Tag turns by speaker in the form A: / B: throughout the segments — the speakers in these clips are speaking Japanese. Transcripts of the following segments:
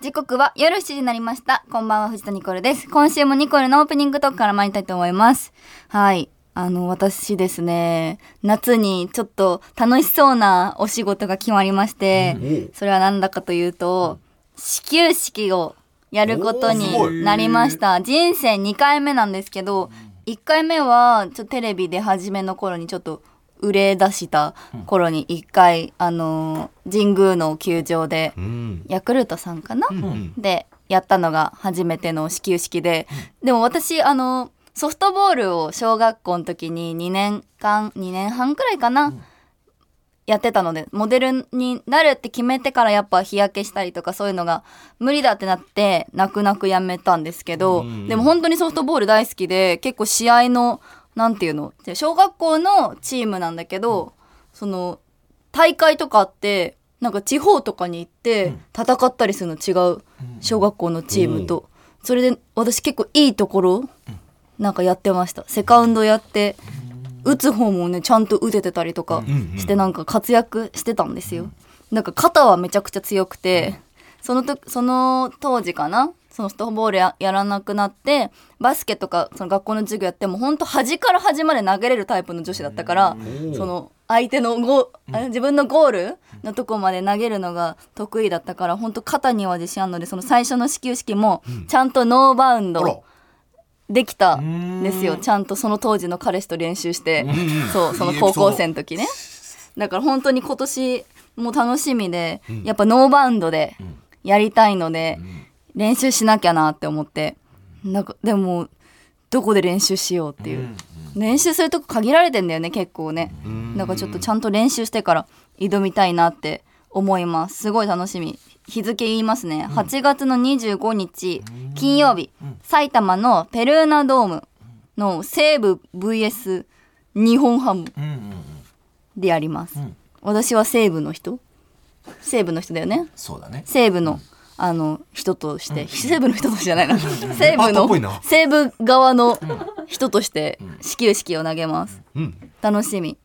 A: 時刻は夜7時になりました。こんばんは、藤田ニコルです。今週もニコルのオープニングトークから参りたいと思います。はい。あの、私ですね、夏にちょっと楽しそうなお仕事が決まりまして、それは何だかというと、始球式をやること
B: おーすご
A: に
B: い
A: なりました。人生2回目なんですけど、1回目はちょっとテレビ出始めの頃にちょっと売れ出した頃に1回、あの、神宮の球場で、
B: うん。
A: ヤクルトさんかな、
B: ん
A: でやったのが初めての始球式で、でも私あのソフトボールを小学校の時に2年間2年半くらいかな、やってたのでモデルになるって決めてからやっぱ日焼けしたりとかそういうのが無理だってなって泣く泣くやめたんですけど、
B: うん
A: でも本当にソフトボール大好きで結構試合のなんていうのじゃあ小学校のチームなんだけど、その大会とかあってなんか地方とかに行って戦ったりするの違う小学校のチームと、それで私結構いいところなんかやってましたセカンドやって打つ方もねちゃんと打ててたりとかしてなんか活躍してたんですよなんか肩はめちゃくちゃ強くてそのとその当時かなそのソフトボールややらなくなってバスケとかその学校の授業やっても本当端から端まで投げれるタイプの女子だったからその相手のゴーあ自分のゴールのとこまで投げるのが得意だったから本当肩には自信あるのでその最初の始球式もちゃんとノーバウンド、
B: あら。
A: できたんですよちゃんとその当時の彼氏と練習して そうその高校生の時ねだから本当に今年も楽しみで、やっぱノーバウンドでやりたいので、練習しなきゃなって思ってなんかでもどこで練習しようっていう、練習するとこ限られてんだよね結構ねだからちょっとちゃんと練習してから挑みたいなって思いますすごい楽しみ日付言いますね8月の25日金曜日埼玉のペルーナドームの西武 VS 日本ハム
C: うんうん、
A: でやります
C: ん
A: 私は西武の人西武の人だよね
C: そうだね。
A: 西武のあの人として、西武の人としてじゃないな西
B: バ
A: 武
B: ンドっぽい
A: の
B: な
A: 西武側の人として始球式を投げます、
B: うん。
A: 楽しみ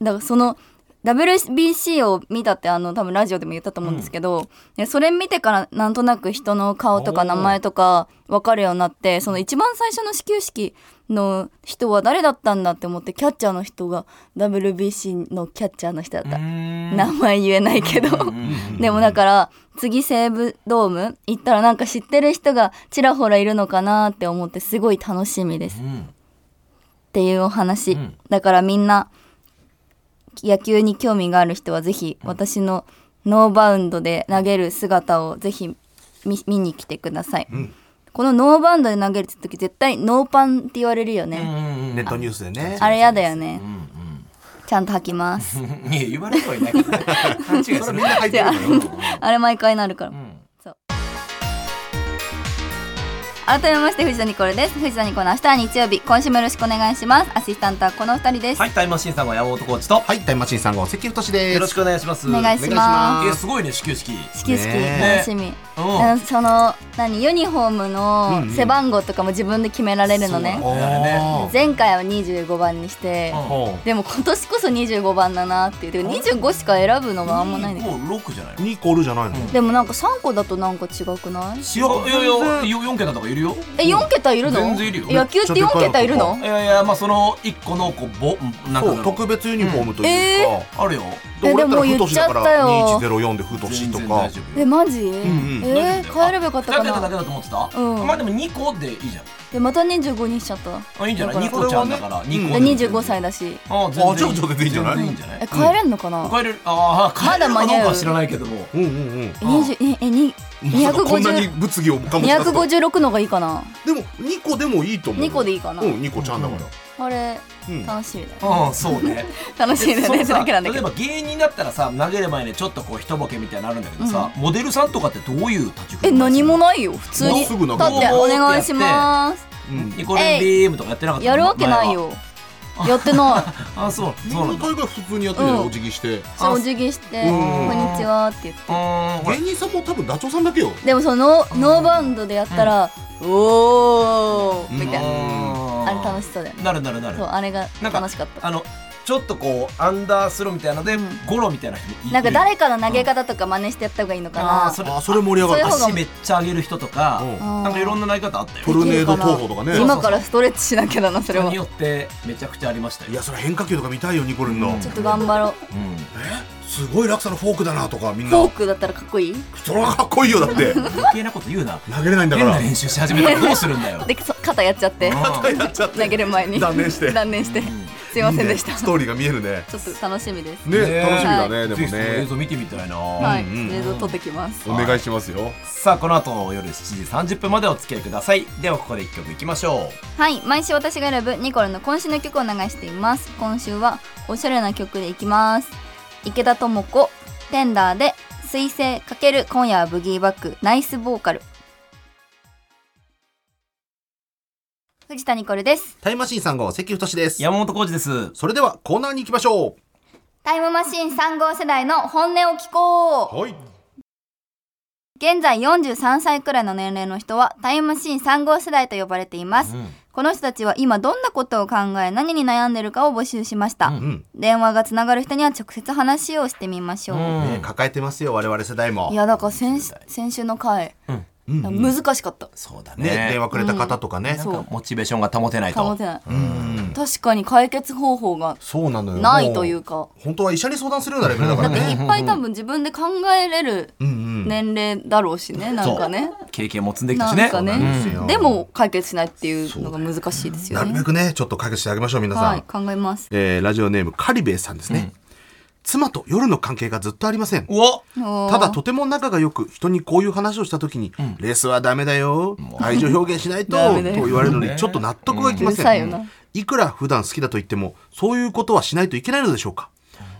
A: だからその WBC を見たってあの多分ラジオでも言ったと思うんですけど、でそれ見てからなんとなく人の顔とか名前とか分かるようになってその一番最初の始球式の人は誰だったんだって思ってキャッチャーの人が WBC のキャッチャーの人だった、名前言えないけど、 でもだから次西武ドーム行ったらなんか知ってる人がちらほらいるのかなって思ってすごい楽しみです、っていうお話、
C: ん
A: だからみんな野球に興味がある人はぜひ私のノーバウンドで投げる姿をぜひ見見に来てください、このノーバウンドで投げるって時絶対ノーパンって言われるよね、
C: うん
B: ネットニュースでね。
A: あれやだよね、
C: うん
A: ちゃんと吐きます
C: うん。いや言われてはいないけど。勘違いす
B: それ
C: る
B: みんな入ってるのよ。
A: あれ毎回なるから、
C: うん
A: 改めまして藤田ニコルです藤田ニコルの明日は日曜日今週もよろしくお願いしますアシスタントはこの二人です、
C: はい、タイムマシーンさんは山本コーチと。
B: はい、タイムマシーンさん号関太です。
C: よろしくお願いします。
A: お願いしま
C: いや
B: す。
C: すごいね始球式。
A: す始球式
B: ね
A: 楽しみ、
C: う
A: うんその何ユニフォーム
B: うん
A: の
B: うん
A: 背番号とかも自分で決められるのね、
C: そう
B: お
C: あ
B: ー
A: 前回は25番にして、
B: ほ
A: でも今年こそ25番だなっていうでも25しか選ぶのがあんまないんだけど、
C: もう六じゃないの
B: う。。ニコルじゃないの。
A: でもなんか3個だとなんか違くない
C: いやいやいや四桁とかいるよ。
A: え4桁いるの
C: 全然いるよ
A: 野球って4桁いるの
C: いやいやまあその一個のこうぼなん
B: そ
C: か
B: う、
C: の
B: 特別ユニフォームというか。
C: あるよ。
A: え
B: 俺だら
A: でも言っちゃったよ
B: ふとしだから2104でふとしと
C: 全然
B: か
C: 大丈夫
A: え
C: よ。
A: マジ、
B: ん
A: えー、変えればよかったか
C: 二桁だ
A: な
C: けだと思ってた。
A: うん
C: まあでも二個でいいじゃん。
A: でまた25にしちゃった
C: あいいんじゃない。
A: だ
C: ニ
A: か
C: コちゃんだから。ニ
A: で
C: コ。
A: 25歳だし
C: あ
B: 然いいあじゃあじゃあ全然いいんじゃない
C: 全然いいんじゃない
A: え。変えれんのかな、
C: 変えれる。ああ変えれるかどうかは知らないけども。
B: うんうんうん
A: え20ええに
B: まさかこんなに
A: 250
B: 物議を醸し出すと
A: 256のがいいかな
B: でも二個でもいいと思う
A: 2個でいいかな、
B: うん二個ちゃんだから
A: あれ
B: うん
A: 楽しみだよ
C: うんそ うね。
A: 楽しみだよね
C: で
A: そ
C: そ
A: れだ
C: のさ
A: けなんだけ
C: 例え
A: ど
C: ば芸人だったらさ投げる前にちょっとこう一ボケみたいなのあるんだけどさ、モデルさんとかってどういう立ち振
A: え
C: る舞いす
A: 何
C: る
A: もないよ普通に
B: もう
A: 立
B: す
A: って
B: ぐな
A: お
B: くなる
A: 願いします
B: うん
C: ニコレン BM とかやってなかったの
A: やるわけないよやって ない
C: 前はあそう
B: みん
C: そう
B: な
C: なんだう
B: 大概普通にやってるじゃ
A: うん
B: んお辞儀して
A: そうお辞儀して「こ
B: うん
A: んにちは」って言って
C: ーんほら
B: 芸人さんも多分ダチョウさんだけよ
A: でもそのノーバウンドでやったら「おー」みたいな
B: うん
A: あれ楽しそうだよね
C: なるなるなる
A: そうあれが
C: なんか
A: 楽しかった
C: あのちょっとこうアンダースローみたいなので、
A: うん
C: ゴロみたいな人もいる
A: なんか誰かの投げ方とか真似してやった方がいいのかな
C: あーそれ
B: あそれ盛り上がる
A: それ
C: 足めっちゃ上げる人とか、
B: うん
A: あー
C: なんかいろんな投げ方あったよ
B: トルネード投法とかね
A: 今からストレッチしなきゃだなそれ
C: 人
A: は
C: に
A: ちょ
C: よってめちゃくちゃありましたよ
B: いやそれ変化球とか見たいよニコルンの、
C: うん
B: え
A: っと頑張ろ
C: うん
B: すごい落差のフォークだなとかみ
A: うんフォ
B: な
A: ークだったらかっこいい
B: それはかっこいいよだ って
C: 余計なこと言うな
B: 投げれないんだか
C: 変な
B: ら
C: 練習し始めたらどうするんだよ
A: でそ肩やっちゃって
C: うん
B: やっちゃ っ
A: 投げる前に
B: 断念して
A: 断念して
C: うん
A: すいませんでした
B: いいねス
A: ちょ
B: トーリーが見えるね
A: っと楽しみです
B: ね
C: ね
B: 楽しみだね、でも
C: ぜひその映
B: ね
C: 像見てみたいな、
A: はい
B: うんうん
A: 映像撮ってきます
B: お願いしますよ
C: さあこの後夜7時30分までお付き合いくださいではここで1曲いきましょ
A: はい毎週私が選ぶニコルの今週の曲を流しています今週はおしゃれな曲でいきます池田智子テンダーで彗星かける今夜はブギーバックナイスボーカル藤田ニコルです
B: タイムマシーン3号関太で
C: う
B: す
C: 山本浩二です
B: それではコーナーに行きましょう
A: タイムマシーン3号世代の本音を聞こう
B: はい
A: 現在43歳くらいの年齢の人はタイムマシーン3号世代と呼ばれています、
C: うん
A: この人たちは今どんなことを考え何に悩んでるかを募集しました、
B: うん、
A: 電話がつながる人には直接話をしてみましょう、
B: ね抱えてますよ我々世代も
A: いやだから先先週の回、
C: うん
B: うんうん
A: 難しかった
C: そうだね
B: ね電話くれた方とかね、
A: うん
C: な
A: そ
C: んかモチベーションが保てないと
A: 保てない、
B: うん
A: 確かに解決方法が
B: そうなのよ
A: ないというか
B: 本当は医者に相談するようなレベルだか
A: だ
B: ら
A: ってい
B: ね
A: っぱい多分自分で考えれる
B: うんうん
A: 年齢だろうしねなんかね
C: 経験も積んできた
A: な
C: し
A: ん
C: ね
A: かね
B: なんですよ
A: でも解決しないっていうのが難しいですよ
B: なる
A: ね
B: べくねちょっと解決してあげましょう皆さん、
A: はい考えます
B: えーラジオネームカリベイさんですね、妻と夜の関係がずっとありません
C: うわ
B: た
A: た
B: だとても仲が良く人にこういう話をした時に「レースはダメだよ愛情表現しない と」
A: ダ
B: と
A: メだよ
B: 言われるのにちょっと納得がいきま
A: うる
B: せ
A: さいよ
B: ん、
A: ない
B: くら普段好きだと言ってもそういうことはしないといけないのでしょうか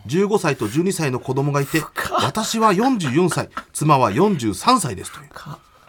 B: 15歳と12歳の子供がいて私は44歳妻は43歳ですという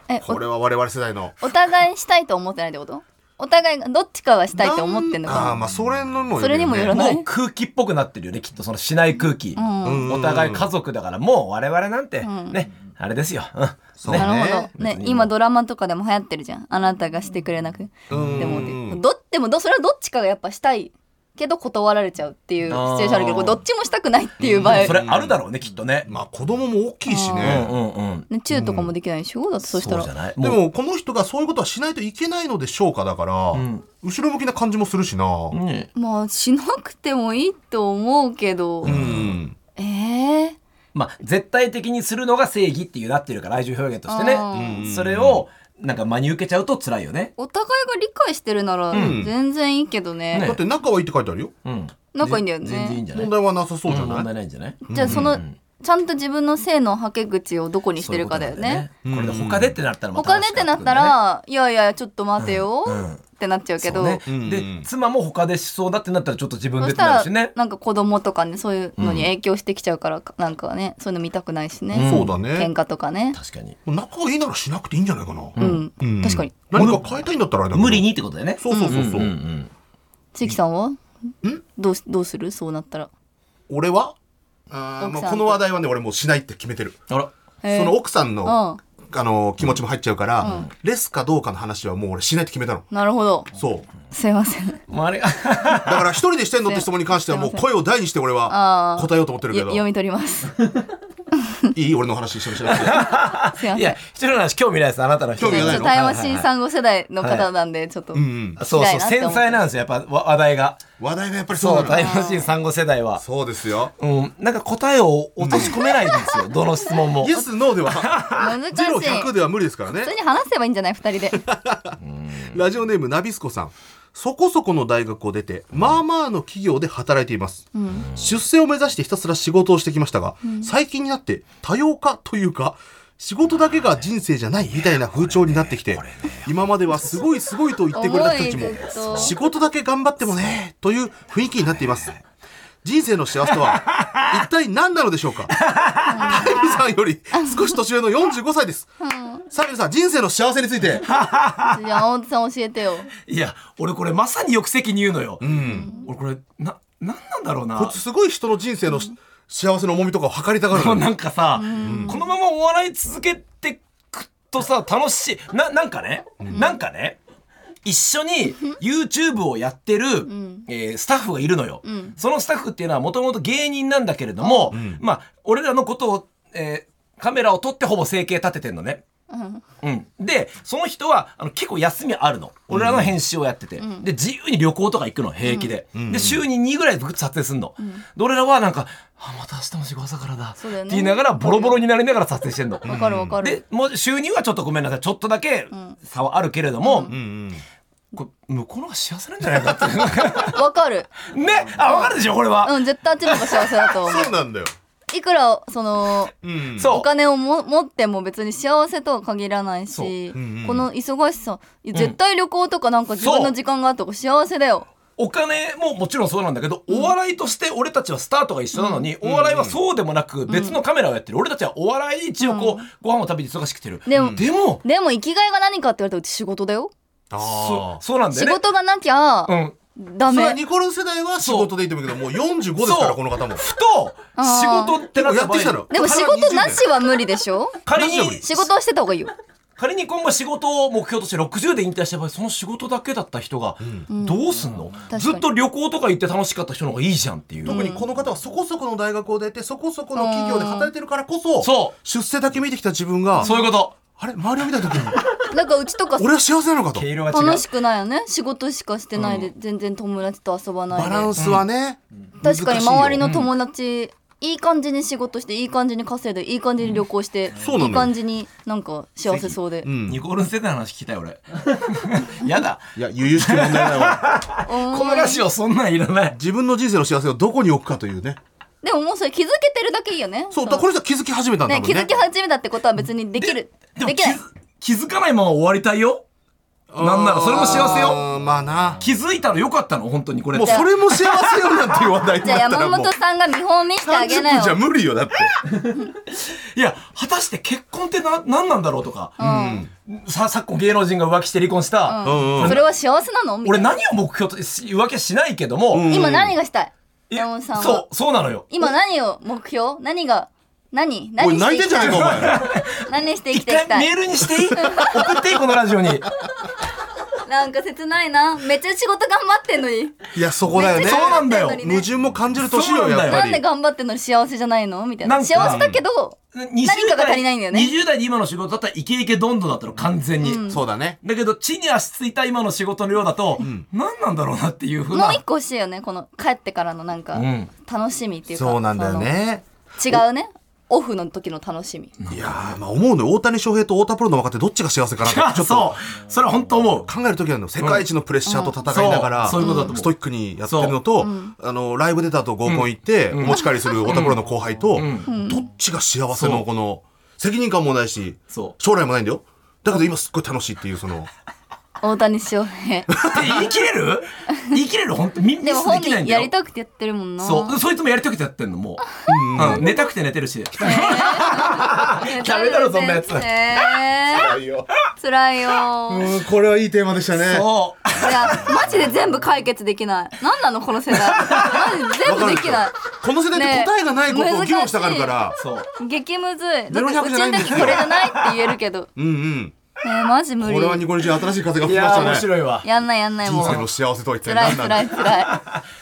A: え
B: これは我々世代の
A: おお互いしたいと思ってないってことお互いがどっちかはしたいと思ってんの
B: ああ
A: か
B: まあそれのもよるよね
A: それにもよらない
C: もう空気っぽくなってるよねきっとそのしない空気、
A: な、うん
B: うん
C: お互い家族だからもう我々なんて、
A: ん
C: ねあれですよ、うん
B: そう
A: な
B: ね
A: るほどね今ドラマとかでも流行ってるじゃんあなたがしてくれなくて
B: うん
A: でもねどでもどそれはどっちかがやっぱしたいけど断られちゃうっていうシチュエーションあるけど
C: あー
A: これどっちもしたくないっていう場合、
C: それあるだろうねきっとね、
B: まあ子供も大きいし
C: う
B: ね
C: んうんうん
A: ね、チューとかもできないでしょだってそした
C: うじゃ
A: ら
C: ない
B: で
C: も
B: もこの人がそういうことはしないといけないのでしょうかだから、
C: ん
B: 後ろ向きな感じもするしな
C: うね
A: まあしなくてもいいと思うけど、
B: うん
A: ええー
C: まあ絶対的にするのが正義っていうなってるから愛情表現としてね、
A: うん
B: うん
C: それをなんか真に受けちゃうと辛いよね、
A: お互いが理解してるなら
B: ん
A: 全然いいけどね,、
B: だって仲はいいって書いてあるよ
C: うん、
A: 仲いいんだよね
C: 全全然いいんじゃない
B: 問題はなさそうじゃ
C: うん
B: ない、
C: 問題ないんじゃない
A: じゃあその、
C: うんうん
A: ちゃんと自分の性のはけ口をどこにしてるかだよね
C: そういうことなんだよねこれで他でってなったらまた
A: 他でってなったら、いやいやちょっと待てよ、
C: うんうん
A: ってなっちゃうけど
C: そうね
B: うん
C: で妻も他でしそうだってなったらちょっと自分
A: そ
C: でっ
A: して
C: な
A: た
C: るしね
A: らなんか子供とかねそういうのに影響してきちゃうから、なんかねそういうの見たくないしね、
B: そうだ
A: 喧
B: ね
A: 嘩とかね
C: 確かに
B: 仲がいいならしなくていいんじゃないかな、
A: うん、
B: うん
A: 確かに
B: 何か変えたいんだったらあれだけど
C: 無理にってことだよね
B: そうそうそうそう、
C: うんうん
A: 関さんはどうしどうするそうなったら
B: 俺はあー
A: 奥さんと
B: もうこの話題はね俺もうしないって決めてる
C: あら
A: へー
B: その奥さん
A: う
B: の、
A: ん
B: あのー気持ちも入っちゃうから、レスかどうかの話はもう俺しないって決めたの
A: なるほど
B: そう
A: すいません
C: もうあれ
B: だから一人でしてん のって質問に関してはもう声を大にして俺は
A: あー
B: 答えようと思ってるけ
A: よ
B: ど
A: 読み取ります
B: いい俺の話一緒に しなくて
A: すいませ
C: い
A: ん
C: や一人の話興味ないですあなたの人
B: 興味
A: ち
B: が
A: ょ
B: ない
A: っ
B: の
A: とタイムマシーン産後世代の方なんでちょっと、
B: うんうん
C: そうそう
A: 嫌いなって
C: 繊
A: 思って
C: 細なんですよやっぱわ話題が
B: 話題がやっぱりそう
C: そ
B: な
C: う
B: の
C: タイムマシーン産後世代は
B: そうですよ
C: うんなんか答えを落とし込めないんですよどの質問も
B: イエスノーでは
A: 難しい
B: ゼロ100では無理ですからね
A: 普通に話せばいいんじゃない二人で
B: ラジオネームナビスコさんそこそこの大学を出てまあまあの企業で働いています、出世を目指してひたすら仕事をしてきましたが、最近になって多様化というか仕事だけが人生じゃないみたいな風潮になってきて、今まではすごいすごいと言ってくれた人たち
A: 重いずっ
B: も
A: と
B: 仕事だけ頑張ってもねという雰囲気になっています人生の幸せとは一体何なのでしょうかタイルさんより少し年上の45歳です、サイルさん人生の幸せについて
A: じゃあ青本さん教えてよ
C: いや俺これまさに抑制に言うのよ
B: うん
C: 俺これななんなんだろうな
B: こいつすごい人の人生のし幸せの重みとかを測りたがるの
C: もう
B: よ
C: なんかさ、このままお笑い続けてくとさ楽しいななんかね、なんかね一緒に YouTube をやってる、
A: ん
C: えースタッフがいるのよ、
A: ん
C: そのスタッフっていうのはもともと芸人なんだけれども、
B: ん
C: まあ俺らのことを、えーカメラを撮ってほぼ生計立ててんのね
A: うん
C: うん、でその人はあの結構休みあるの俺らの編集をやってて、で自由に旅行とか行くの平気で、で週に2ぐらいずっと撮影すんの、で俺らはなんか「あまた明日も仕事朝からだ」
A: そうだよ
C: って
A: ね
C: 言いながらボロボロになりながら撮影してんの。
A: わかるわかる。
C: でもう収入はちょっとごめんなさいちょっとだけ差はあるけれども、
B: うんうん
C: これ向こうの方が幸せなんじゃないかって
A: わかる。
C: いうねあ分かるでしょこれは、
A: うん、絶対あっちの方が幸せだと思
B: そうなんだよ。
A: う。いくら、その、
B: うん。
C: そう
A: お金をも持っても別に幸せとは限らない
C: そう
A: し、
B: んうん
A: この忙しさ、いや絶対旅行とかなんか自分の時間があった方が幸せだよ。
C: お金ももちろんそうなんだけど、お笑いとして俺たちはスタートが一緒なのに、お笑いはそうでもなく別のカメラをやってる、俺たちはお笑いで一応こう、ご飯を食べて忙しくしてる、
A: でも、
C: でも
A: でも生きがいが何かって言われたらうち仕事だよ。
B: あ
C: そ
B: あ。
C: そうなんだ
A: 仕
C: よね
A: 事がなきゃ
C: うん
A: ダ
B: それは
A: メ。
B: ニコル世代は仕事でいいと思うけど、もう45ですか
C: そ
B: ら、
C: う
B: この方も。
C: ふと
A: あ
C: 仕
A: ー
C: 事ってなっ
B: 結
C: た
B: 構やってきた
C: 場
B: の
C: 合
A: でも仕事なしは無理でしょ
C: 仮に
B: ラジオに
A: 仕事をしてた方がいいよ。
C: 仮に今後仕事を目標として60で引退した場合その仕事だけだった人がどうすんの、
A: かに
C: ずっと旅行とか行って楽しかった人の方がいいじゃんっていう、
B: 特にこの方はそこそこの大学を出て、そこそこの企業で働いてるからこそ、
C: そう
B: 出世だけ見てきた自分が、
C: そういうこと
B: あれ周りを見た時に、
A: なんかうちとか
B: 俺は幸せなのかと
C: 毛。色が違う
A: 楽しくないよね。仕事しかしてないで、全然友達と遊ばないで。
B: バランスはね、
A: 確かに周りの
B: 難しいよ
A: 友達、いい感じに仕事していい感じに稼いでいい感じに旅行して、
B: そうなのよ
A: いい感じになんか幸せそうで、
B: うん
C: ニコールン世代の話聞きたい俺 やだ
B: いや、由々しき問題だよ。
A: うん
C: このラジオそんなんいらない
B: 自分の人生の幸せをどこに置くかというね。
A: でももうそれ気づけてるだけいいよね
B: そう、だからこの人は気づき始めたんだ
A: ね
B: もん
A: 気
B: ね。
A: づき始めたってことは別にできる
C: で
A: で
C: も
A: きない
C: 気づ気づかないまま終わりたいよなんならそれも幸せよ
B: よ。まあな。
C: 気づいたらよかったの本当にこれ
B: もうそれも幸せよなんていう話題に
A: じゃあ
B: なっ
A: 山
B: たらもう
A: 本。さんが見本見してあげ
B: 30
A: な
B: 分じゃ
A: よ
B: 無理よ、だって。
C: いや果たして結婚ってな何なんだろうとか、
A: うん、
C: さ昨今芸能人が浮気して離婚した、
B: うんうん
A: それは幸せなのみた
C: 俺
A: いな
C: 何を目標とし浮気はしないけども、
B: ん
A: 今何がしたい
C: い
A: 山本さんは
C: そうそうなのよ
A: 今何を目標何が何
B: お
A: 何
B: い、
A: し
B: 泣い
A: て
B: て
A: い
B: ん
A: き
B: じゃ
A: たい
B: ねえか、お前。
A: 何して生き
C: 一
A: ていき
C: 回
A: たい
C: メールにしていい送っていいこのラジオに
A: なんか切ないなめっちゃ仕事頑張ってんのに
B: いや、そこだよね。
A: めっちゃ
C: そうなんだよ
A: 頑張ってんの
B: 矛
A: にね
B: 盾も感じる年よ、やっぱ
A: なんで
B: り。
A: 頑張ってんのに幸せじゃないのみたいな
C: なんか
A: 幸せだけど、
C: 何
A: かが足りないんだよね
C: 20代で今の仕事だったらイケイケどんどんだったの完全に、
B: そうだね。
C: だけど地に足ついた今の仕事の量だと、何なんだろうなっていうふうな
A: もう一個欲しいよねこの帰ってからのなんか
C: ん
A: 楽しみっていうか、
B: そうなんだよね。
A: その違うねオフの時の楽しみ
B: いやー、まあ思うのよ大谷翔平と太田プロの若手どっちが幸せかなって、
C: あ
B: ちょっと
C: そうそれは本当思う
B: 考える時なんだよ。世界一のプレッシャーと戦いなが
C: う
B: ら、
C: んそうそういうことだと思う
B: ストイックにやってるのと、あの、ライブ出た後合コン行って、お持ち帰りする太田プロの後輩と、どっちが幸せ
C: そ
B: の
C: う
B: この、責任感もないし、
C: そう
B: 将来もないんだよ。だけど今すっごい楽しいっていう、その、
A: 大谷翔 平
C: って言い切れる 言い切れる本当ミミ
A: でも
C: スで
A: 本
C: きない
A: 人
C: んだ
A: や
C: よ
A: りたくてやってるもんな
C: そうそいつもやりたくてやってんのもう、うん、寝たくて寝てる しダメだろそんなやつ
A: えー、辛いよ
B: うん、これはいいテーマでしたね
C: そ
A: いやマジで全部解決できない何なのこの世代マジで全部できない
B: この世代って答えがないことを議論したがるから、
C: うそう
A: 激むずいだってうち
B: ゼロ百じゃないん
A: の
B: だ
A: 時これじゃないって言えるけど
B: うんうん
A: えー、マジ無
B: こ
A: 理
B: れはニコニチ新しい風が吹
C: い
B: きまし
C: や
B: た
C: ー
B: ね
C: 面白いわ
A: やんないやんないも
B: 人
A: う
B: 生の幸せとは一体
A: 辛い
B: 何な
A: 辛
B: の
A: い辛い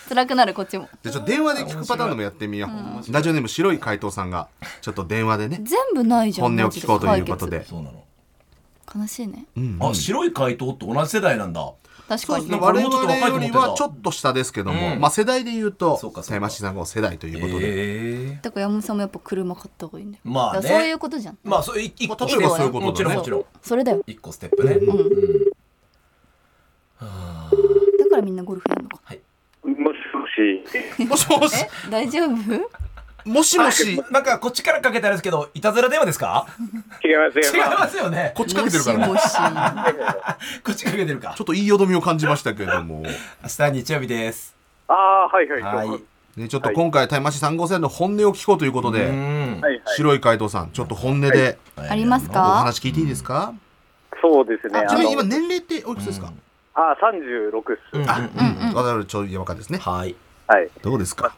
A: 辛くなるこっちも
B: じゃあちょっと電話で聞くパターンでもやってみようラジオネーム白い怪盗さんがちょっと電話でね
A: 全部ないじゃん
B: 本音を聞こうということ
A: マジ
B: で
C: そうなの、
A: 解決悲しいね
C: あ白い怪盗って同じ世代なんだ
A: 確
B: そ
A: か
B: うで
A: に
B: すね
A: ね
B: 我
C: 俺
B: 々
C: もちょっと若いと
B: よ
C: 思って
B: り
C: た
B: はちょっと下ですけども、
C: うん
B: まあ世代で言うと
C: そうかそうか
B: タイマシさんが世代ということで、
C: ええ
A: だから山本さんもやっぱ車買った方がいいんだよ
C: まあね
A: だからそういうことじゃん
C: まあそうい一
B: ま
C: 個
B: あ例えばそういうことだね
C: もちろんもちろん
A: それだよ
C: 一個ステップね、
A: だからみんなゴルフやるのか
D: もしもし。
B: もしもし
A: え大丈夫
B: もし もし
C: なんかこっちからかけたんですけどいたずら電話ですか
D: 違いますよ。
C: 違いますよね
B: こっちかけてるからね
A: もし
C: こっちかけてるか
B: ちょっといいよどみを感じましたけども、
C: 明日日曜日です
D: ああー、はいはい。
C: はい
D: そう
B: ね、ちょっと今回タイマシ3号線の本音を聞こうということで、
C: ん
D: はいはい。
B: 白い怪盗さんちょっと本音で
A: あります
B: お
A: か
B: 話聞いていいですか、
D: そうですね。
B: あち
D: あ
B: なみに
D: の
B: 今、年齢っておいくつですか、
D: あ三十六っす。
C: うん
B: あ、う
C: うん
B: ん、うん、我々ちょい若ですね。
C: はい
D: はい。
B: どうですか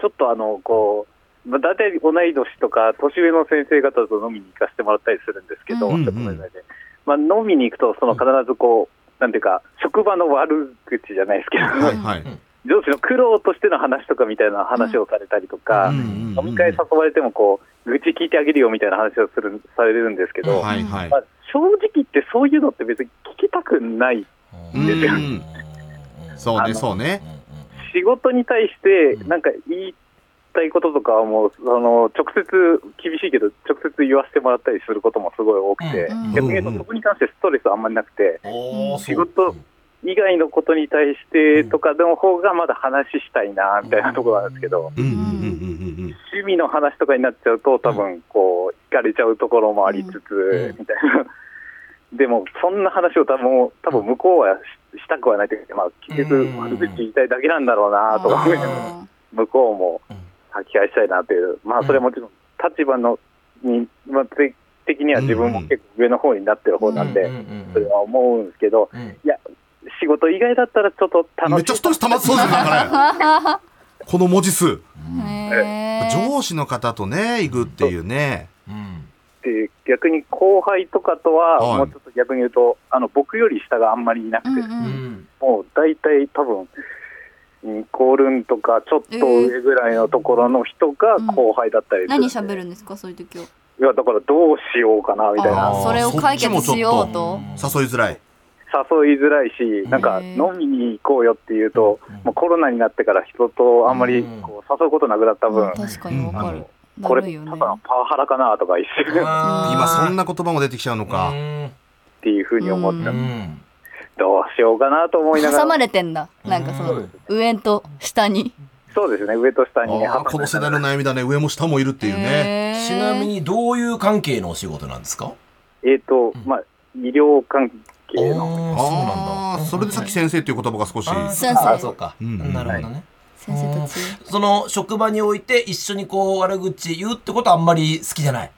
D: ちょっとあの、こう、まあ、大体同い年とか、年上の先生方と飲みに行かせてもらったりするんですけど、
A: うん
D: ちょっとごめんなさいね。まあ、飲みに行くと、その必ずこう、なんていうか、職場の悪口じゃないですけど、
B: はいはい。
D: 上司の苦労としての話とかみたいな話をされたりとか、
B: うんうんうん
D: 飲み会誘われてもこう、愚痴聞いてあげるよみたいな話をするされるんですけど、
B: はいはい
D: ま。あ、正直言ってそういうのって別に聞きたくない。
B: うんうんそう
D: あ
B: ね
D: の
B: そうね。
D: 仕事に対して、なんか言いたいこととかはもう、その、直接、厳しいけど、直接言わせてもらったりすることもすごい多くて、
A: うん
D: 逆に言う
B: うんうん
D: とそこに関してストレスあんまりなくて、
C: おー
D: 仕事以外のことに対してとかの方がまだ話したいな、みたいなところなんですけど、
B: うんうんうんうんうん。
D: 趣味の話とかになっちゃうと、多分こう、惹かれちゃうところもありつ
C: う
D: つ
C: ん、
D: みたいな。 でも、そんな話を多分、多分向こうはししたくはないというか、まあ、結局、悪口言いたいだけなんだろうな、とか思いながら
A: あ
D: 向こうも
C: うん
D: 吐き返したいなという、まあそれはもちろん立場のに、まあ、て的には自分も結構上の方になってる方なんで、
C: うんうんうんうん
D: それは思うんですけど、
C: うん
D: 仕事以外だったらちょっと楽しい。
B: めっちゃストレス溜まってそうですねなんかね。この文字数。
A: ーへー
B: 上司の方とね、行くっていうね。
C: うん
D: って逆に後輩とかと
B: はい
D: は、もうちょっと逆に言うと、あの僕より下があんまりいなく
A: うん
D: て、
C: う
A: うん
C: ん
D: もう大体多分、ニコルンとかちょっと上ぐらいのところの人が後輩だったりするんで、
A: 何喋るんですかそういう時を
D: いやだからどうしようかなみたいな
A: あーそれを解決しようと
B: 誘いづらい。
D: 誘いづらいし、なんか
A: へえ
D: 飲みに行こうよっていうと
C: うん、
D: もうコロナになってから人とあんまりこう誘うことなくなった分、
A: 確かにわかる
D: これ、
A: だるいよ
D: 多
A: ね
D: 分パワハラかなとか一瞬っ
C: あー
B: 今そんな言葉も出てきちゃうのか。
D: ていうふうに思っちゃ
C: う
D: う、
C: ん
D: どうしようかなと思いなが
A: 挟ま
D: ら、
A: れてんだなんかその
C: う
A: 上と下に
D: そうですね、上と下にね、
B: あーこの世代の悩みだね。上も下もいるっていう
A: へ
B: ね。
A: ー
C: ちなみにどういう関係のお仕事なんですか
D: えっ、と、まあ、医療関係の、
C: あー
B: ああ、それでさっき先生っていう言葉が少し。
C: あー
A: 先生
C: あーそうか、
B: うん
C: なるほどね、
A: 先生たち
C: その職場において一緒にこう悪口言うってことはあんまり好きじゃない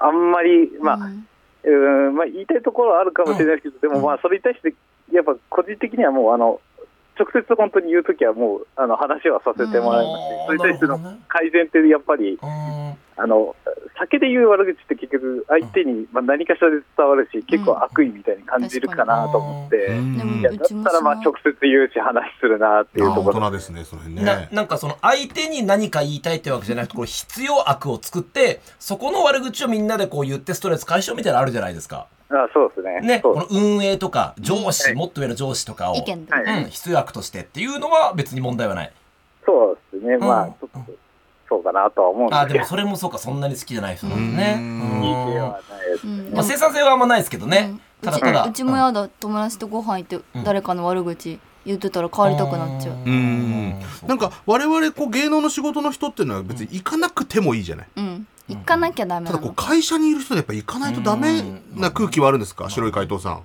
D: あんまり、まあ、
A: うん
D: うーんまあ、言いたいところはあるかもしれないですけど、でもまあそれに対して、やっぱ個人的にはもうあの、直接本当に言うときはもうあの話はさせてもらいますし、
C: うん
D: それに対して
C: なるほど
D: の
C: ね
D: 改善ってやっぱり、
C: うん
D: あの酒で言う悪口って結局、相手にまあ何かしらで伝わるし、結構悪意みたいに感じるかなと思って、
B: うん
A: で
B: うん
A: も
D: いやだ
A: う
D: っ
A: ちも
D: たらまあ
A: そう
D: 直接言うし、話するなっていう
B: あー
D: と
B: 大
D: ころ、
B: 人ですね、その辺
C: な
B: ね。
C: なんかその相手に何か言いたいってわけじゃなくてこう必要悪を作ってそこの悪口をみんなでこう言ってストレス解消みたいなのあるじゃないですか。
D: あそうですね
C: ね、
D: そう
C: この運営とか上司、もっと上の上司とかを
A: 意見と
D: は
A: か
D: い
C: うん、必要悪としてっていうのは別に問題はない。
D: そうですね、まあ
C: うん
D: ちょっとそうかなとは思うん
C: あ
D: で
C: で
D: すけ
C: も
D: ど、
C: それもそうかそんなに好きじゃない人なんですね。
B: うん
D: いい
C: うん
D: 手はないですね。
A: うん
C: まあ、生産性はあんまないですけどね。
A: うん
C: ただただ。
A: うちうちもやだ友達とご飯行って誰かの悪口言ってたら帰りたくなっちゃう
C: う
B: うんなんか我々こう芸能の仕事の人っていうのは別に行かなくてもいいじゃない。
A: うん行かなきゃダメ
B: た
A: な
B: だこ
A: の
B: う会社にいる人でやっぱ行かないとダメな空気はあるんですか白い怪盗さん。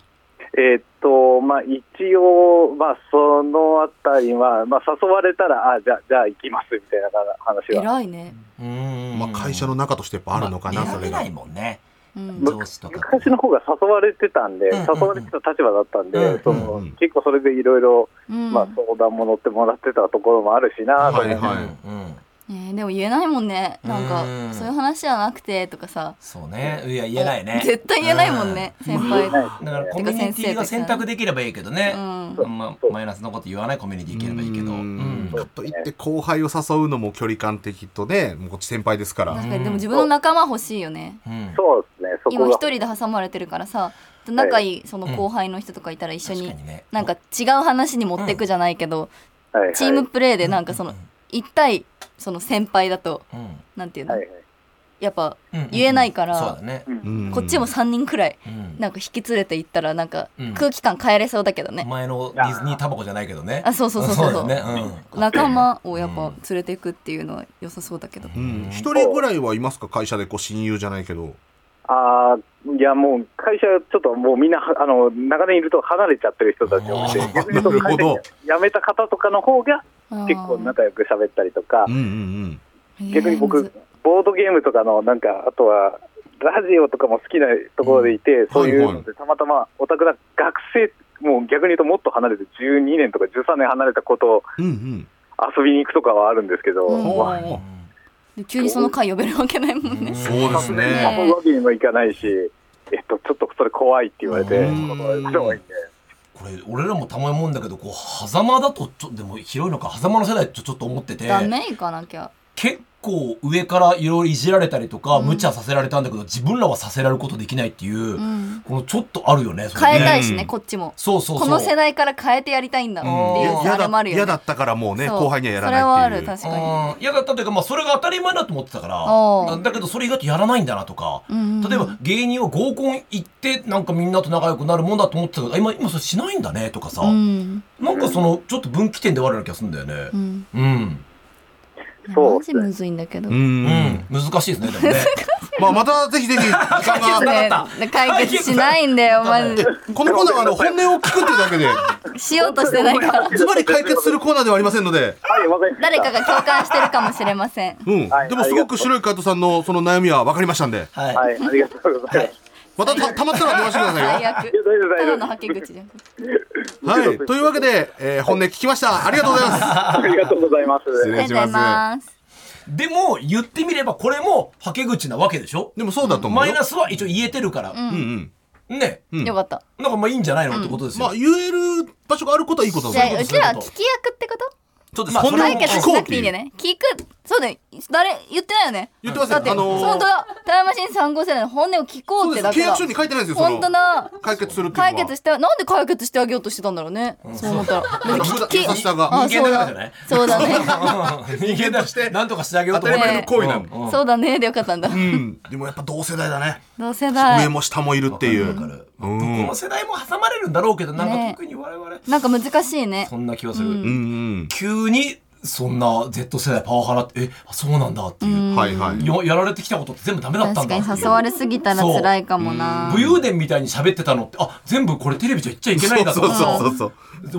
D: えーっと、まあ、一応、まあ、そのあたりは、まあ、誘われたら、あ、じゃあ、じゃあ行きます、みたいな話は。
A: 偉いね
C: うん
B: まあ会社の中としてやっぱあるのかな、
C: まあ
B: それ
C: 選べ
B: が
C: な。いもんね。
A: うん
C: 上司とか。
D: 昔の方が誘われてたんで、
C: うんうんうん
D: 誘われてた立場だったんで、
C: うんうんうん
D: その結構それでいろいろ、
A: うん
D: まあ、相談も乗ってもらってたところもあるしな、と
B: はいはい
C: うんうん
A: ねえでも言えないもんねなん
C: う
A: か
C: ん
A: そういう話じゃなくてとかさ
C: そうね。いや言えないね。
A: 絶対言えないもんね先輩
D: ない
C: うん。だからコミュニティが選択できればいいけどね。
A: うん
C: あんまマイナスのこと言わないコミュニティいければいいけど。
B: うん
C: うん
B: かといって後輩を誘うのも距離感的とね、もうこっち先輩ですから。
A: 確かにでも自分の仲間欲しいよね
C: うん
D: そうですね、そ
A: 今
D: こ
A: 一
D: が。
A: 人で挟まれてるからさ仲いいその後輩の人とかいたら一緒
C: 確
A: に
C: かにね。
A: なんか違う話に持っていくじゃないけど
D: はいはい
A: チームプレーでなんかそ
C: うん
A: の一対その先輩だと
C: うん
A: なんていう
D: は
A: の
D: いはい
A: やっぱ
C: うんうん
A: 言えないから
C: そうだね。
B: うん
A: こっちも3人くらい
C: うん
A: なんか引き連れて行ったらなんか
C: うん
A: 空気感変えれそうだけどね
C: 前のディズニータバコじゃないけどね。
A: あそうそうそうそう
C: だね。うん
A: 仲間をやっぱ連れていくっていうのは良さそうだけど
B: うん一人ぐらいはいますか会社でこう親友じゃないけど。
D: あーいや、もう会社、ちょっともうみんな、あの、長年いると離れちゃってる人たちもいて
C: あー、
D: 逆に言うと
B: なるほど
D: 会社辞めた方とかの方が、結構仲良く喋ったりとか
B: う、んうん
D: 逆に
A: えーむ
D: 僕
A: ず、
D: ボードゲームとかの、なんか、あとは、ラジオとかも好きなところでいて、そういうので、たまたま、オタクな学生、もう逆に言うともっと離れて、12年とか13年離れたことを
B: うん。うん
D: 遊びに行くとかはあるんですけど、
A: うん
B: うん。
D: まあ
B: はあ
A: で急にその回呼べるわけないもんね。
B: そうです
A: ね
B: ね。
D: 遊ぶわけにもいかないし、えっと、ちょっとそれ怖いって言われて、
B: うん
D: 断る人が多いんで、
C: ここれ俺らもたまもんだけどこう狭間だとちょでも広いのか狭間の世代ってちょっと思ってて
A: ダメ行かなきゃ
C: 結構上からいろいろいじられたりとか、無茶させられたんだけど自分らはさせられることできないっていう、
A: ん
C: このちょっとあるよねそれね
A: 変えたいし
B: う
A: ね
B: ん
A: こっちも
C: そうそうそう
A: この世代から変えてやりたいんだっていう
B: 嫌
A: あれもあ
B: だ
A: るよね
B: 嫌だったからもうね
A: そう
B: 後輩にはやらないって
A: そ
B: い
A: れはあ
B: う
A: る確か
C: うん嫌だったというか、まあ、それが当たり前だと思ってたから
A: おう
C: だけどそれ意外とやらないんだなとか、
A: に、うん
C: 例えば芸人は合コン行ってなんかみんなと仲良くなるもんだと思ってたけどあ今今それしないんだねとかさ、
A: うん
C: なんかそのちょっと分岐点で終わるような気がするんだよね
A: う。ん
C: うん、
D: そう
A: マジむずいんだけど、
B: う
C: うん
B: ん
C: 難しいですねでもね。
B: まあまたぜひぜひ時間が
A: ね
C: かった
A: 解決しないんだよマジで
B: このコーナーはあの本音を聞くっていうだけで
A: しようとしてないから
B: ズバリ解決するコーナーではありませんので、
D: はい、わかりました。
A: 誰かが共感してるかもしれません
B: うん
D: はい
B: でもすごく白いカートさんのその悩みは分かりましたんで
C: はい、
D: はい、ありがとうございます。
B: またたたまったら電話してくださ
A: 最
B: いよ。
A: 悪
D: いや大丈夫大
A: た
D: 丈
A: だ
D: 夫
A: のはけ口じゃん
B: はい、というわけで、えー本音聞きましたありがとうございます。
D: ありがとうございます。
B: 失
A: あ
B: 礼
A: りがとうございます
C: でも言ってみればこれもはけ口なわけでしょ
B: でもそうだと思う
C: マ
B: よ。
C: イナスは一応言えてるから、
B: うんうん。
C: ね
B: うん
A: よかった
C: なんかまあいいんじゃないのってことですよ、
B: まあ言える場所があることはいいこと
A: じゃ
B: だ
A: あ
B: ぞ。
A: うちらは聞き役ってこと
C: そうです
B: まあそれを
A: 解
B: も
A: 決
B: 聞
A: し
B: こう
A: な
B: っ
A: く
B: て
A: て
B: い
A: いいうんだよね聞くそうだよ誰言ってないよね
B: 言ってませ
A: だって
B: ん。あの
A: 本当
B: ー、
A: だタイムマシーン3号世代の本音を聞こ
B: そう
A: っ
B: う
A: て
B: で
A: だ
B: す。契
A: けだ
B: 約書に書いてないんですよ。そ
A: 本
B: の
A: 当だ
B: 解決するっていうのは。
A: 解決してなんで解決してあげようとしてたんだろうねそう思ったら
B: なんか無駄優しさが
A: あ
C: 人
A: そ
C: 間
A: う
C: だからじ
A: だ
C: ゃない
A: そうだね
C: 人間として何とかしてあげようと思っ
A: 当たり
C: て
A: 前の
B: 行為なんだ
C: うんうん
A: そうだねでよかったんだ
B: うん。でもやっぱ同世代だね。
A: 同世代
B: 上も下もいるってい
C: わ
B: う。
C: かるわかる
B: う
C: どこ
B: ん
C: の世代も挟まれるんだろうけどなんか
A: ね
C: 特に我々
A: なんか難しいね
C: そんな気はする、
B: うんうん。
C: 急にそんな Z 世代パワハラってえあそうなんだっていう、
B: はいはい。
C: よやられてきたことって全部ダメだった
A: 確
C: んだ
A: か
C: っ
A: に
C: ていう
A: 誘われすぎたら辛いかもな
C: 武勇伝みたいに喋ってたのってあ全部これテレビじゃ言っちゃいけないんだと
B: そう
C: か
B: そうそうそう。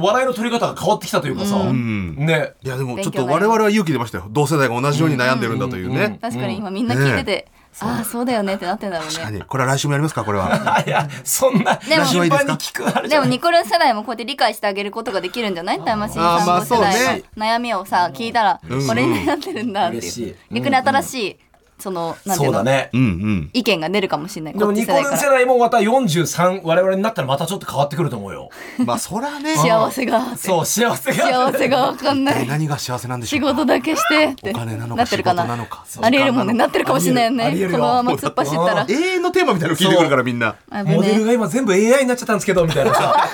C: 笑いの取り方が変わってきたというかさ、
B: ん
C: ね
B: いやでもち
A: 勉
B: ょっと
A: 強に
B: 我
A: なる
B: 々は勇気出ましたよ。同世代が同じように悩んでるんだという
C: うんうんうん
B: ね。
A: 確かに今みんな聞いててああそうだよねってなってんだろう
B: 確か
A: ね
B: に。これは来週もやりますかこれは。
C: あいやそんな
A: でも
C: 頻繁に聞くあれじ
A: で
C: ゃ
A: も
C: ない
A: ニコルン世代もこうやって理解してあげることができるんじゃないタイムマシーンさんの世
B: あーまあそう
A: 代
B: ね
A: の悩みをさ聞いたら
B: うん
A: これになってるんだって
C: 嬉し
A: い
C: いう
A: 逆に新しいそのなんてい
C: そううだ
A: の
C: ね
B: うんうん。
A: 意見が出るかもしれない
C: で
A: こ
C: も
A: っち世
C: ニコ
A: 代
C: ルン
A: か
C: 世
A: ら
C: 代もまた43我々になったらまたちょっと変わってくると思うよ
B: まあそら ね。
A: 幸せがって
C: そう幸せが
A: 幸せがわかんな
B: 一体
A: い
B: 何が幸せなんでしょ
A: 仕
B: うか。
A: 事だけしてって
B: お金な
A: な
B: のか
A: って
B: 仕
A: るか
B: 事
A: な
B: なのか。
A: ありえるもんねなってるかもしれないよ
C: ありえ
A: ね
C: る
A: このまま突っ走ったら
B: 永遠のテーマみたいなの聞いてくるからみんな。
A: あ
C: モ
A: ぶ
C: デル
A: ね
C: が今全部 AI になっちゃったんですけどみたい なさ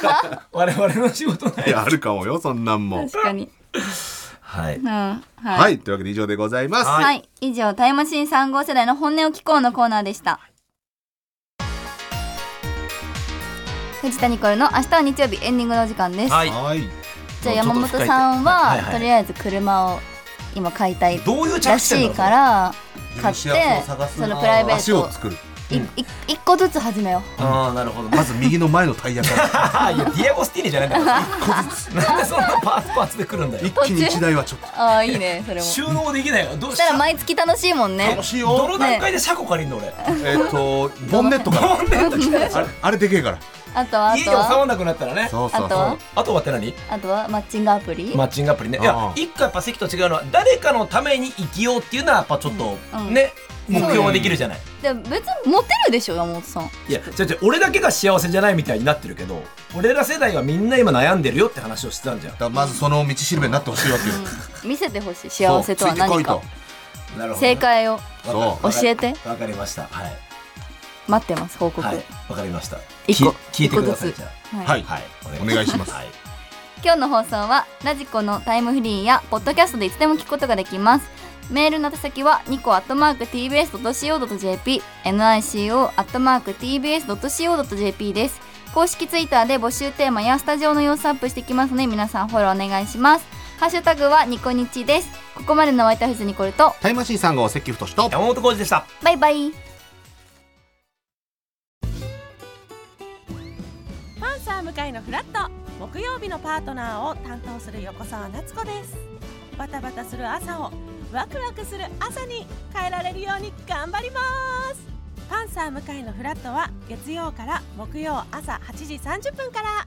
C: 我々の仕事
B: い
C: ね
B: やあるかもよそんなんも。
A: 確かに
C: はい
A: うんは
B: はいというわけで以上でございます。
C: はい
A: はい、以上タイムマシーン3号世代の本音を聞こうのコーナーでした藤田ニコルの明日は日曜日エンディングのお時間です、
C: はい
B: はい。
A: じゃあ山本さん
C: は
A: はい
C: はい
A: とりあえず車を今買いたい
C: どういう
A: ら
C: 着地
A: し
C: 点
A: い
C: だ
A: か
C: から
A: 買っ
B: 自分の幸せ
A: て
B: を探す
A: そのプライベ
B: 足
A: ート
B: を作る。
A: いい一個ずつ始めよ
C: ああなるほど
B: まず右の前のタイ ヤから
C: あいやディアゴスティーニじゃないんだからなんでそんなパーツパーツで来るんだよ
B: 一気に一台はちょっ
A: うああいい ねそれもそ
C: 収納できないよどう
A: したら毎月楽しいもん
B: と
A: ね
B: 楽しい
C: ど
B: よ。
C: の段階で車庫借りんの俺
B: えっとボンネットから。
C: ボンネット来たやつ
B: あれあれでけえから。
A: あとはあ
C: 家に
A: と
C: 収ま
A: は
C: らなくなったらね
B: そうそう
A: あと
B: そ
A: は
B: う。
C: あとはって何
A: あとはマッチングアプリ、
C: マッチングアプリねい
B: あ
C: や
B: あ
C: 一個やっぱ席と違うのは誰かのために生きようっていうのはやっぱちょっと
A: うんうん
C: ね
A: ん
C: 目標はできるじゃない
A: でも別にモテるでしょ山本さん
C: いや違う違う俺だけが幸せじゃないみたいになってるけど俺ら世代はみんな今悩んでるよって話をしてたんじゃん
B: だからまずその道しるべになってほしいわけよ。
A: 見せてほしい幸せとは何か
B: そう
C: なるほど
A: 正
C: ね
A: 解を
B: そう
C: わかる
A: 教えて
C: わかりましたはい
A: 待ってます報告、
C: はいわかりました
A: 一個
C: き聞いてください
A: 一個
C: じ
A: ず
C: ゃ
A: はい
B: はい
C: あはい
B: お願いします
C: はい
A: 今日の放送はラジコのタイムフリーやポッドキャストでいつでも聞くことができますメールの宛先はニコアットマーク TBS.CO.JP NICO アットマーク TBS.CO.JP です公式ツイッターで募集テーマやスタジオの様子アップしてきますので皆さんフォローお願いしますハッシュタグはニコニチですここまでのお相手は藤ニコルと
B: タイムマシーン3号関太と。
C: 山本浩二でした
A: バイバイ
E: パンサー向かいのフラット木曜日のパートナーを担当する横澤夏子ですバタバタする朝をワクワクする朝に変えられるように頑張りますパンサー向かいのフラットは月曜から木曜朝8時30分から